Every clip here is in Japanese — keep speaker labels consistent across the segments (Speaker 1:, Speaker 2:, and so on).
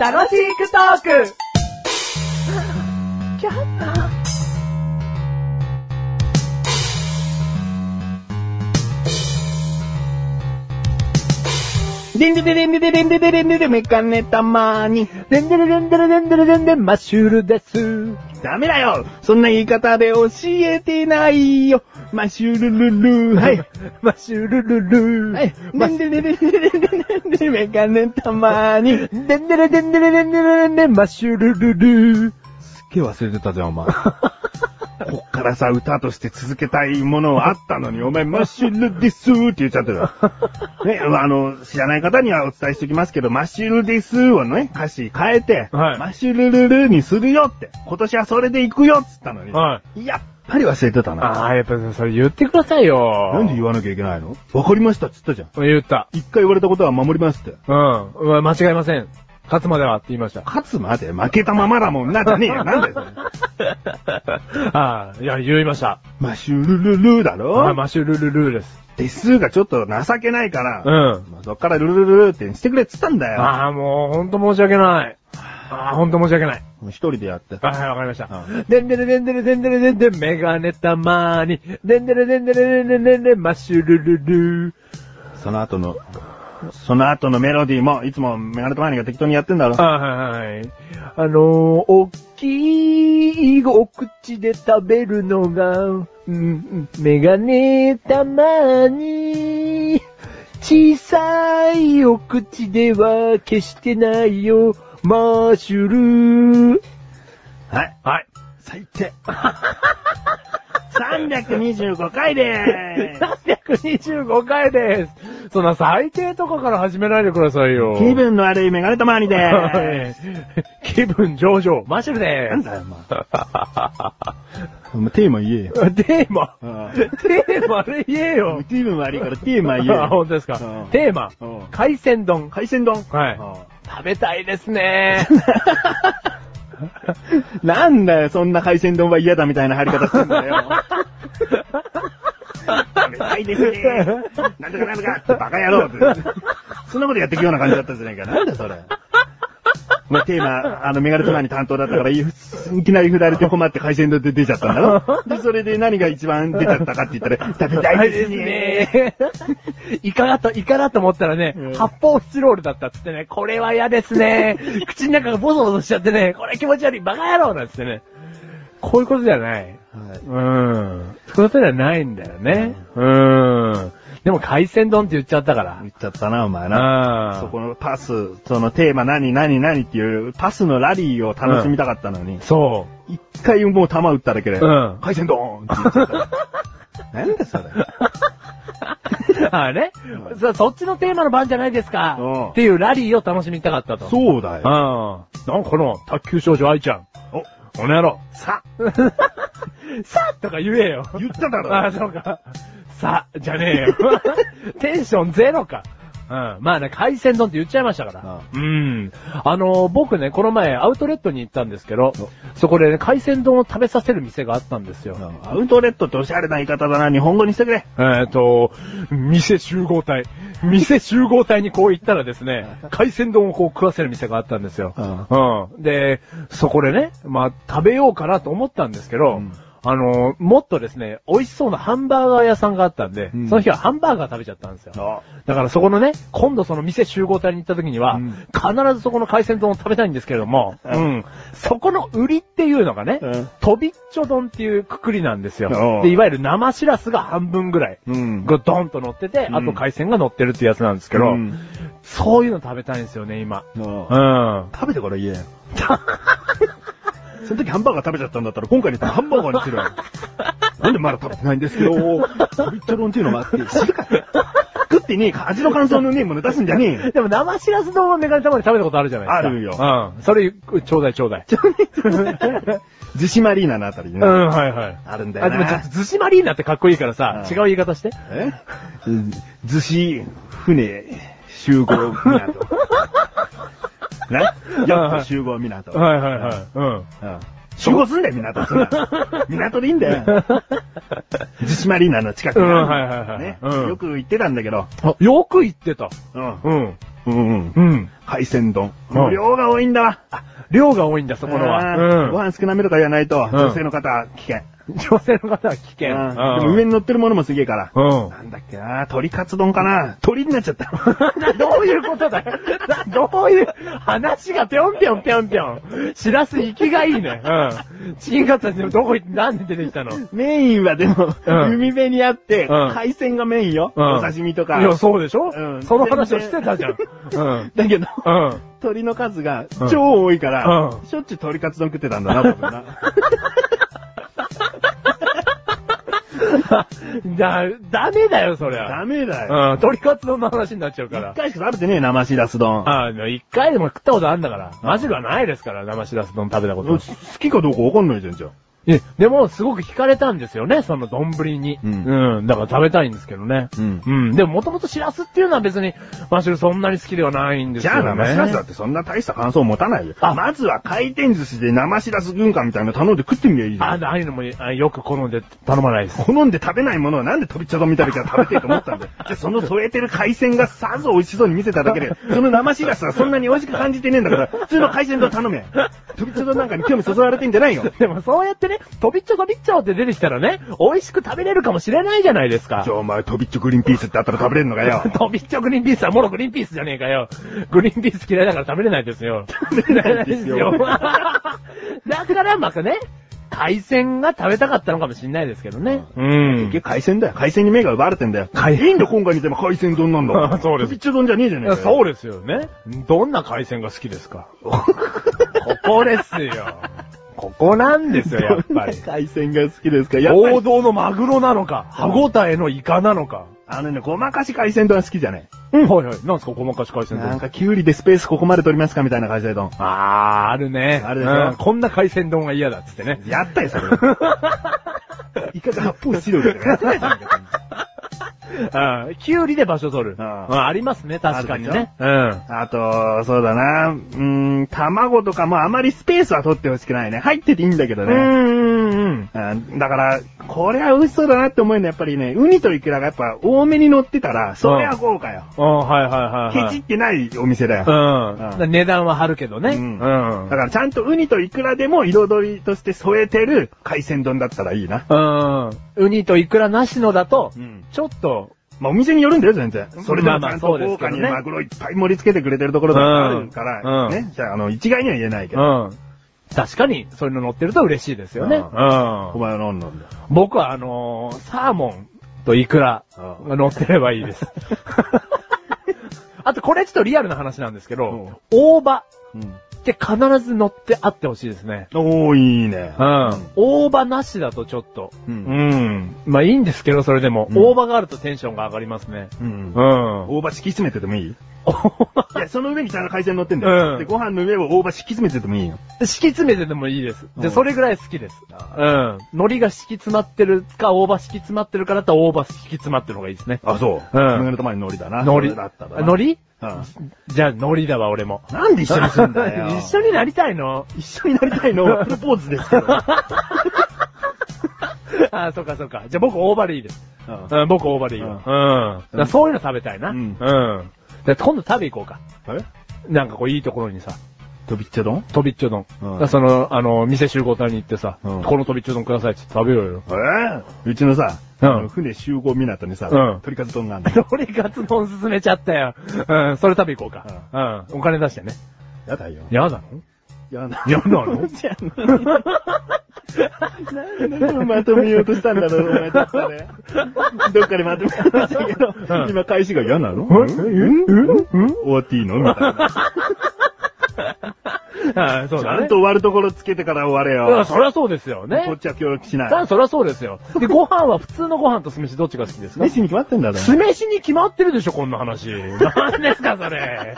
Speaker 1: 楽しくトーク
Speaker 2: でんでででんでででんでででんででメガネたまに。
Speaker 1: でんでれでんでれでんでれでんでんマッシュルです。
Speaker 2: ダメだよそんな言い方で教えてないよマッシュルル ルー。はい。。
Speaker 1: マッシュルルルー。
Speaker 2: はい。
Speaker 1: マ
Speaker 2: で
Speaker 1: ッ
Speaker 2: ん
Speaker 1: シュ
Speaker 2: でででででででんでメガネたまに。
Speaker 1: でんでれでんでれでんでれでんでんマッシュルルルー。
Speaker 3: すっげえ忘れてたじゃん、お 前。
Speaker 2: こっからさ、歌として続けたいものはあったのに、お前、マッシュルですーって言っちゃってる。 ね、あの、知らない方にはお伝えしておきますけど、マッシュルですーをね、歌詞変えて、
Speaker 3: はい
Speaker 2: マッシュルルルーにするよって、今年はそれで行くよっつったのに、
Speaker 3: は
Speaker 2: やっぱり忘れてたな。
Speaker 3: ああ、やっぱそれ言ってくださいよ。
Speaker 2: なんで言わなきゃいけないのわかりましたっつったじゃん。
Speaker 3: 言った。
Speaker 2: 一回言われたことは守りますって。
Speaker 3: うん。うわ間違いません。勝つまではって言いました。
Speaker 2: 勝つまで負けたままだもんな、じゃね えよ。なんだよそれ。
Speaker 3: ああ、いや、言いました。
Speaker 2: マッシュルルルーだ
Speaker 3: はい、
Speaker 2: ろ
Speaker 3: マッシュルルルーです。
Speaker 2: ですーがちょっと情けないから、
Speaker 3: うん。
Speaker 2: まあそっからルルルルってしてくれっつったんだよ。
Speaker 3: ああ、もう、ほんと申し訳ない。ああ、ほんと申し訳ない。
Speaker 2: もう一人でやって。
Speaker 3: はい、わかりました。
Speaker 2: う
Speaker 3: でんでれでんでれでんでれでんでん、メガネたまーに。でんでれでんでれでんでんでんでん、マッシュルルルー。
Speaker 2: その後の、その後のメロディーも、いつもメガネとマニが適当にやってんだろ。
Speaker 3: あはいはい。あのー、おっきいお口で食べるのが、うんうん、メガネたまに、小さいお口では決してないよ、マッシュルー。
Speaker 2: はい。
Speaker 3: はい。
Speaker 2: 最低。325回で ー
Speaker 3: 325回です。そんな最低とかから始めないでくださいよ。
Speaker 2: す。気分の悪いメガネとマニで ーす。
Speaker 3: 気分上々、マッシュルで
Speaker 2: なん
Speaker 3: す。
Speaker 2: だよ、お前。お前テーマ言えよ。
Speaker 3: テーマ。
Speaker 2: うん
Speaker 3: テーマで言えよ。
Speaker 2: 気分悪いからテーマ言 え
Speaker 3: あ、本
Speaker 2: よ。
Speaker 3: 当ですか
Speaker 2: うん。
Speaker 3: テーマ
Speaker 2: うん、
Speaker 3: 海鮮丼。
Speaker 2: 海鮮丼。
Speaker 3: はい食べたいです ね。
Speaker 2: うんなんだよ、そんな海鮮丼は嫌だみたいな入り方してんだよ。食べたいですね。なんとかなんとか、バカ野郎って。そんなことやっていくような感じだったんじゃないか。なんだよそれ。まあ、テーマ、あの、メガネとマに担当だったから、いいきなり振られて困って海鮮丼って出ちゃったんだ ろで、それで何が一番出ちゃったかって言ったら、食べたいですね。
Speaker 3: イカだと、イカだと思ったらね
Speaker 2: うん、
Speaker 3: 発泡スチロールだったっつってね、これは嫌です ね。口の中がボソボソしちゃってね、これ気持ち悪い、バカ野郎なんつってね。こういうことじゃない。
Speaker 2: はい
Speaker 3: うん。そういうことじゃないんだよね。うん。でも海鮮丼って言っちゃったから
Speaker 2: 言っちゃったな、お前な。
Speaker 3: な。
Speaker 2: そこのパス、そのテーマ何何何っていうパスのラリーを楽しみたかったのに、
Speaker 3: そ
Speaker 2: 一回もう球打っただけで、
Speaker 3: うん
Speaker 2: 回線ドーンって言っちゃった。なんだそれ。
Speaker 3: う。あれ、
Speaker 2: うん
Speaker 3: そそっちのテーマの番じゃないですか
Speaker 2: うん
Speaker 3: っていうラリーを楽しみたかったと。
Speaker 2: そうだよ。
Speaker 3: ああ。なんかこの、卓球少女愛ちゃん。
Speaker 2: お、
Speaker 3: この野郎。
Speaker 2: さ、
Speaker 3: さとか言えよ。
Speaker 2: 言っただ
Speaker 3: あ
Speaker 2: ろ。
Speaker 3: あ、そうか。さ、じゃねえよ。 テンションゼロか。うん。まあね、海鮮丼って言っちゃいましたから。うん。あのー僕ね、この前、アウトレットに行ったんですけど、そこでね、海鮮丼を食べさせる店があったんですよ。
Speaker 2: うんアウトレットっておしゃれな言い方だな。日本語にしてくれ。
Speaker 3: えっと、店集合体。店集合体にこう行ったらですね、海鮮丼をこう食わせる店があったんですよ。うん。で、そこでね、まあ、食べようかなと思ったんですけど、
Speaker 2: うん
Speaker 3: あの、もっとですね、美味しそうなハンバーガー屋さんがあったんで、
Speaker 2: うん
Speaker 3: その日はハンバーガー食べちゃったんですよ。
Speaker 2: あ
Speaker 3: だからそこのね、今度その店集合体に行った時には、
Speaker 2: うん
Speaker 3: 必ずそこの海鮮丼を食べたいんですけれども、うん。そこの売りっていうのがね、
Speaker 2: うん
Speaker 3: とびっちょ丼っていうくくりなんです
Speaker 2: お
Speaker 3: よ
Speaker 2: う。
Speaker 3: で、いわゆる生しらすが半分ぐらい、
Speaker 2: うん
Speaker 3: がドンと乗ってて、
Speaker 2: うん
Speaker 3: あと海鮮が乗ってるってやつなんですけど、
Speaker 2: うん
Speaker 3: そういうの食べたいんですよね、今。
Speaker 2: うん
Speaker 3: うん。
Speaker 2: 食べてから言えよ。 その時ハンバーガー食べちゃったんだったら、今回にハンバーガーにするわ。なんでまだ食べてないんですけど、ビッチャロンっていうのもあって、知るかよ食ってねえか、味の感想のねえもの出すんじゃねえよ。
Speaker 3: でも生しらす丼はメガネたまに食べたことあるじゃないですか。
Speaker 2: あるよ
Speaker 3: うん。それ、ちょうだいちょうだい。
Speaker 2: 逗子マリーナのあたりに
Speaker 3: う
Speaker 2: ね、
Speaker 3: ん、はいはい。
Speaker 2: あるんだ
Speaker 3: あ、
Speaker 2: よ
Speaker 3: でもちょ
Speaker 2: な
Speaker 3: っと。寿司マリーナってかっこいいからさ、
Speaker 2: うん
Speaker 3: 違う言い方して。
Speaker 2: えうん逗子、船、集合、港。 ねやっと集合、港。
Speaker 3: はいはいはい。うん。
Speaker 2: うん集合すんだよ、港すんな。港でいいんだ よ。自島リーナの近くにある
Speaker 3: うんはいはいはい
Speaker 2: ね
Speaker 3: うん
Speaker 2: よく行ってたんだけど。
Speaker 3: あ、よく言ってた。
Speaker 2: うん。
Speaker 3: うん。
Speaker 2: うんうん。
Speaker 3: うん。
Speaker 2: 海鮮丼。
Speaker 3: うん
Speaker 2: 量が多いんだわ。
Speaker 3: 量が多いんだ、そこのは。
Speaker 2: うんご
Speaker 3: うん。
Speaker 2: 飯少なめとか言わないと、女性の方、危険。
Speaker 3: 女性の方は危険。
Speaker 2: うんでも上に乗ってるものもすげえから。
Speaker 3: うん。
Speaker 2: なんだっけな、鶏カツ丼かな。鳥になっちゃった。
Speaker 3: どういうことだよ。 などういう、話がぴょんぴょんぴょんぴょん。しらす行きがいいね。うん。チキンカツでもどこ行って、なんで出てきたの
Speaker 2: メインはでも、
Speaker 3: うん
Speaker 2: 海辺にあって、
Speaker 3: うん
Speaker 2: 海鮮がメインよ。
Speaker 3: うん
Speaker 2: お刺身とか。
Speaker 3: いや、そうでしょ、
Speaker 2: うん
Speaker 3: その話をしてたじゃん。うん。
Speaker 2: だけど、
Speaker 3: うん。
Speaker 2: 鳥の数が超多いから、
Speaker 3: うん
Speaker 2: しょっちゅう鳥カツ丼食ってたんだな、多 分な。
Speaker 3: だ、ダメだよ、そりゃ。
Speaker 2: ダメだよ。
Speaker 3: うん。鳥カツ丼の話になっちゃうか
Speaker 2: 一
Speaker 3: ら。
Speaker 2: 回しか食べてねえ、生しらす丼。
Speaker 3: あの、一回でも食ったことあんだから。マジではないですから、生しらす丼食べたこ
Speaker 2: 好
Speaker 3: と。
Speaker 2: きかどうかわかんないじゃん、じゃあ。
Speaker 3: え、でも、すごく惹かれたんですよね、その丼に。
Speaker 2: うん
Speaker 3: うん。だから食べたいんですけどね。
Speaker 2: うん
Speaker 3: うん。でも、もともとシラスっていうのは別に、マシュルそんなに好きではないんですよ
Speaker 2: じゃ
Speaker 3: ね。
Speaker 2: あ生しらすだってそんな大した感想を持たないよ。
Speaker 3: あ
Speaker 2: まずは回転寿司で生しらす軍艦みたいなの頼んで食ってみりゃいいじゃ
Speaker 3: あ、
Speaker 2: ん。
Speaker 3: ああいうのもあよく好んで頼まないです。
Speaker 2: 好んで食べないものはなんで飛び茶丼みたいなから食べてると 思ったんだよ。じゃあその添えてる海鮮がさぞ美味しそうに見せただ けで、その生しらすはそんなに美味しく感じてねえんだから、普通の海鮮丼頼めよ。飛び茶丼なんかに興味そそられてんじ ゃないよ。
Speaker 3: でもそうやってね、飛びっちょ飛びっちょって出てきたらね、美味しく食べれるかもしれないじゃないですか
Speaker 2: じゃ。あお前飛びっちょグリーンピースってあったら食べれんの かよ。
Speaker 3: 飛びっちょグリーンピースはもろグリーンピースじゃねえかよ。グリーンピース嫌いだから食べれないですよ。食べれないです
Speaker 2: よ
Speaker 3: だからまたね、海鮮が食べたかったのかもしれないですけどね。うん
Speaker 2: 結局海鮮だよ。海鮮に目が奪われてんだよ。
Speaker 3: 海
Speaker 2: いい んだよ、今回見ても海鮮丼なんだから。
Speaker 3: そうです
Speaker 2: 飛び茶丼じゃねえじゃねえかよ。
Speaker 3: うですよね。どんな海鮮が好きです かここですよ。ここなんですよ、 やっぱり。
Speaker 2: 海鮮が好きですかやっぱり
Speaker 3: 王道のマグロなのか、歯応えのイカなのか。
Speaker 2: あのね、ごまかし海鮮丼は好きじゃね
Speaker 3: うん、はいはい。なんすか、ごまかし海
Speaker 2: え。
Speaker 3: 鮮
Speaker 2: なん
Speaker 3: 丼。
Speaker 2: か、キュウリでスペースここまで取りますかみたいな海鮮丼。
Speaker 3: あー、あるね。
Speaker 2: あるでしょ
Speaker 3: うんこんな海鮮丼が嫌だっつってね。
Speaker 2: やっ たよ、それ。イカが発泡しろよ。やってないじゃん別に
Speaker 3: うん。キュウリで場所取る。う
Speaker 2: うん
Speaker 3: ん、ありますね、確かにね。うん。
Speaker 2: あと、そうだな、うーん、卵とかもあまりスペースは取ってほしくないね。入ってていいんだけど
Speaker 3: う
Speaker 2: ね。
Speaker 3: んうんうん。
Speaker 2: うんだから、これは美味しそうだなって思うのはやっぱりね、ウニとイクラがやっぱ多めに乗ってたら、それは豪華よ。
Speaker 3: うん、はいはいはい
Speaker 2: ケ
Speaker 3: はい。
Speaker 2: チってないお店だよ。
Speaker 3: うん。だ
Speaker 2: うん
Speaker 3: から値段は張るけどね。
Speaker 2: うん
Speaker 3: うん
Speaker 2: だからちゃんとウニとイクラでも彩りとして添えてる海鮮丼だったらいいな。
Speaker 3: うん。ウニとイクラなしのだと、
Speaker 2: うん
Speaker 3: ちょっと、
Speaker 2: まあお店によるんだよ、全然。それで
Speaker 3: まあ
Speaker 2: も
Speaker 3: ま
Speaker 2: ち
Speaker 3: あ
Speaker 2: ゃんと豪華にマグロいっぱい盛り付けてくれてるところだってあるから、
Speaker 3: うん
Speaker 2: ね。じゃあ、あの、一概には言えないけ
Speaker 3: う
Speaker 2: ど。
Speaker 3: ん。確かに、そういうの乗ってると嬉しいですよね。
Speaker 2: う
Speaker 3: う
Speaker 2: お
Speaker 3: ん。
Speaker 2: 前は何なんだよ
Speaker 3: 僕は、あのーサーモンとイクラが乗ってればいいです。 あと、これちょっとリアルな話なんですけど、大葉って必ず乗ってあってほしいですね。
Speaker 2: おー、いいね。
Speaker 3: うん。大葉なしだとちょっと。
Speaker 2: う。
Speaker 3: うんん。まあいいんですけど、それでも。
Speaker 2: うん
Speaker 3: 大葉があるとテンションが上がりますね。
Speaker 2: うん
Speaker 3: ん。
Speaker 2: 大葉敷き詰めててもいいいや、その上にちゃんと海鮮乗ってんだ
Speaker 3: うん
Speaker 2: よ。で、ご飯の上を大葉敷き詰めててもいいよ。
Speaker 3: 敷き詰めてでもいいです。
Speaker 2: う
Speaker 3: で、
Speaker 2: ん
Speaker 3: それぐらい好きです。うん。海苔が敷き詰まってるか、大葉敷き詰まってるかだったら大葉敷き詰まってるのがいいですね。
Speaker 2: あ、そう。
Speaker 3: うん
Speaker 2: 胸の玉に海苔だな。
Speaker 3: 海苔。
Speaker 2: それだったらな。
Speaker 3: 海苔
Speaker 2: うん
Speaker 3: じゃあ海苔だわ、俺も。
Speaker 2: なんで 一緒にすんだよ。
Speaker 3: 一緒になりたいの
Speaker 2: 一緒になりたいのはプロポーズです け ど。
Speaker 3: ああ、そっかそっか。じゃあ僕大葉でいいです。
Speaker 2: うん
Speaker 3: うん、僕大葉でいいよ。うん。だからそういうの食べたいな。う
Speaker 2: うんん。
Speaker 3: で今度食べ行こうか。
Speaker 2: え
Speaker 3: なんかこういいところにさ、
Speaker 2: 飛びっちゃ丼
Speaker 3: とびっちょ丼。
Speaker 2: うん
Speaker 3: だからその、あの、店集合体に行ってさ、
Speaker 2: うん
Speaker 3: このとびっちょ丼くださいって食べよう よ。
Speaker 2: ええうちのさ、
Speaker 3: うん
Speaker 2: あの船集合港にさ、
Speaker 3: うん
Speaker 2: 鳥かず丼があるの。
Speaker 3: どれカツ丼進めちゃったよ。うん、それ食べ行こうか。うん、お金出してね。
Speaker 2: やだよ。
Speaker 3: やだの
Speaker 2: やだ。
Speaker 3: やだ の
Speaker 2: じゃあ、なんでまとめようとしたんだろう、お前どっかで。どっかでまとめようとしたけど、
Speaker 3: うん
Speaker 2: 今返しが嫌なの
Speaker 3: ええ
Speaker 2: ん終わっていいのみたいな。
Speaker 3: あそう
Speaker 2: ち
Speaker 3: だ
Speaker 2: ゃ
Speaker 3: ね
Speaker 2: んと。終わるところつけてから終われ
Speaker 3: だから
Speaker 2: よ。
Speaker 3: そりゃそうですよね。
Speaker 2: こっちは協力し
Speaker 3: さ
Speaker 2: ない。
Speaker 3: あ、そりゃそうですよ。で、ご飯は普通のご飯と酢飯どっちが好きですか
Speaker 2: 飯に決まってんだろ。
Speaker 3: 酢飯に決まってるでしょ、こんな話。何ですか、それ。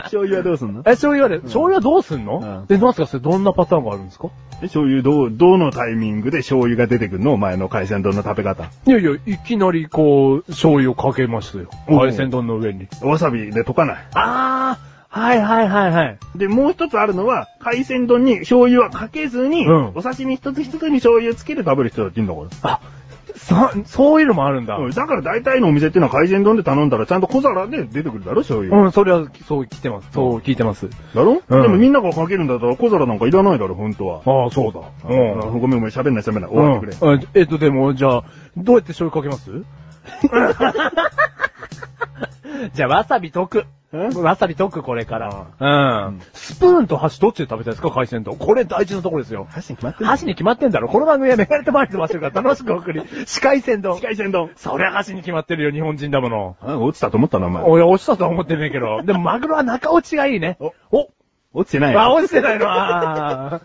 Speaker 2: 醤油はどうすんの
Speaker 3: え、醤油はね、醤油はどうすん
Speaker 2: う
Speaker 3: の
Speaker 2: ん
Speaker 3: で、なんすか、それどんなパターンがあるんですか
Speaker 2: 醤油どう、どのタイミングで醤油が出てくるのお前の海鮮丼の食べ方。
Speaker 3: いやいや、いきなりこう、醤油をかけますよ。
Speaker 2: おう
Speaker 3: 海鮮丼の上に。
Speaker 2: わさびで溶かない。
Speaker 3: あー、はいはいはいはい。
Speaker 2: で、もう一つあるのは、海鮮丼に醤油はかけずに、
Speaker 3: うん
Speaker 2: お刺身一つ一つに醤油つけて食べる人だっていいんだから。
Speaker 3: あ、そ、そういうのもあるんだ。
Speaker 2: うんだから大体のお店っていうのは海鮮丼で頼んだらちゃんと小皿で出てくるだろ、醤油。
Speaker 3: うん、それは、そう聞いてます。そう聞いてます。
Speaker 2: だろ、
Speaker 3: うん
Speaker 2: でもみんながかけるんだったら小皿なんかいらないだろ、本当は。
Speaker 3: ああ、そうだ。うん。
Speaker 2: うんごめんごめん、喋んない喋んない。終わってくれ。
Speaker 3: うんあえっと、でも、じゃあ、どうやって醤油かけます じゃあ、わさび溶く。わさび溶く、これから。うん。スプーンと箸どっちで食べたいですか、海鮮丼。これ大事なところですよ。
Speaker 2: 箸に決まってる。
Speaker 3: 箸に決まってんだろ。この番組はめがれてまいてましてるから、楽しくお送り。司会鮮丼。
Speaker 2: 海鮮丼。
Speaker 3: そりゃ箸に決まってるよ、日本人だもの。
Speaker 2: あ、落ちたと思ったな、お前。
Speaker 3: 俺、落ちたとは思ってねえけど。でも、マグロは中落ちがいいね。お、お、
Speaker 2: 落ちてないよ。
Speaker 3: あ、落ちてないの。あー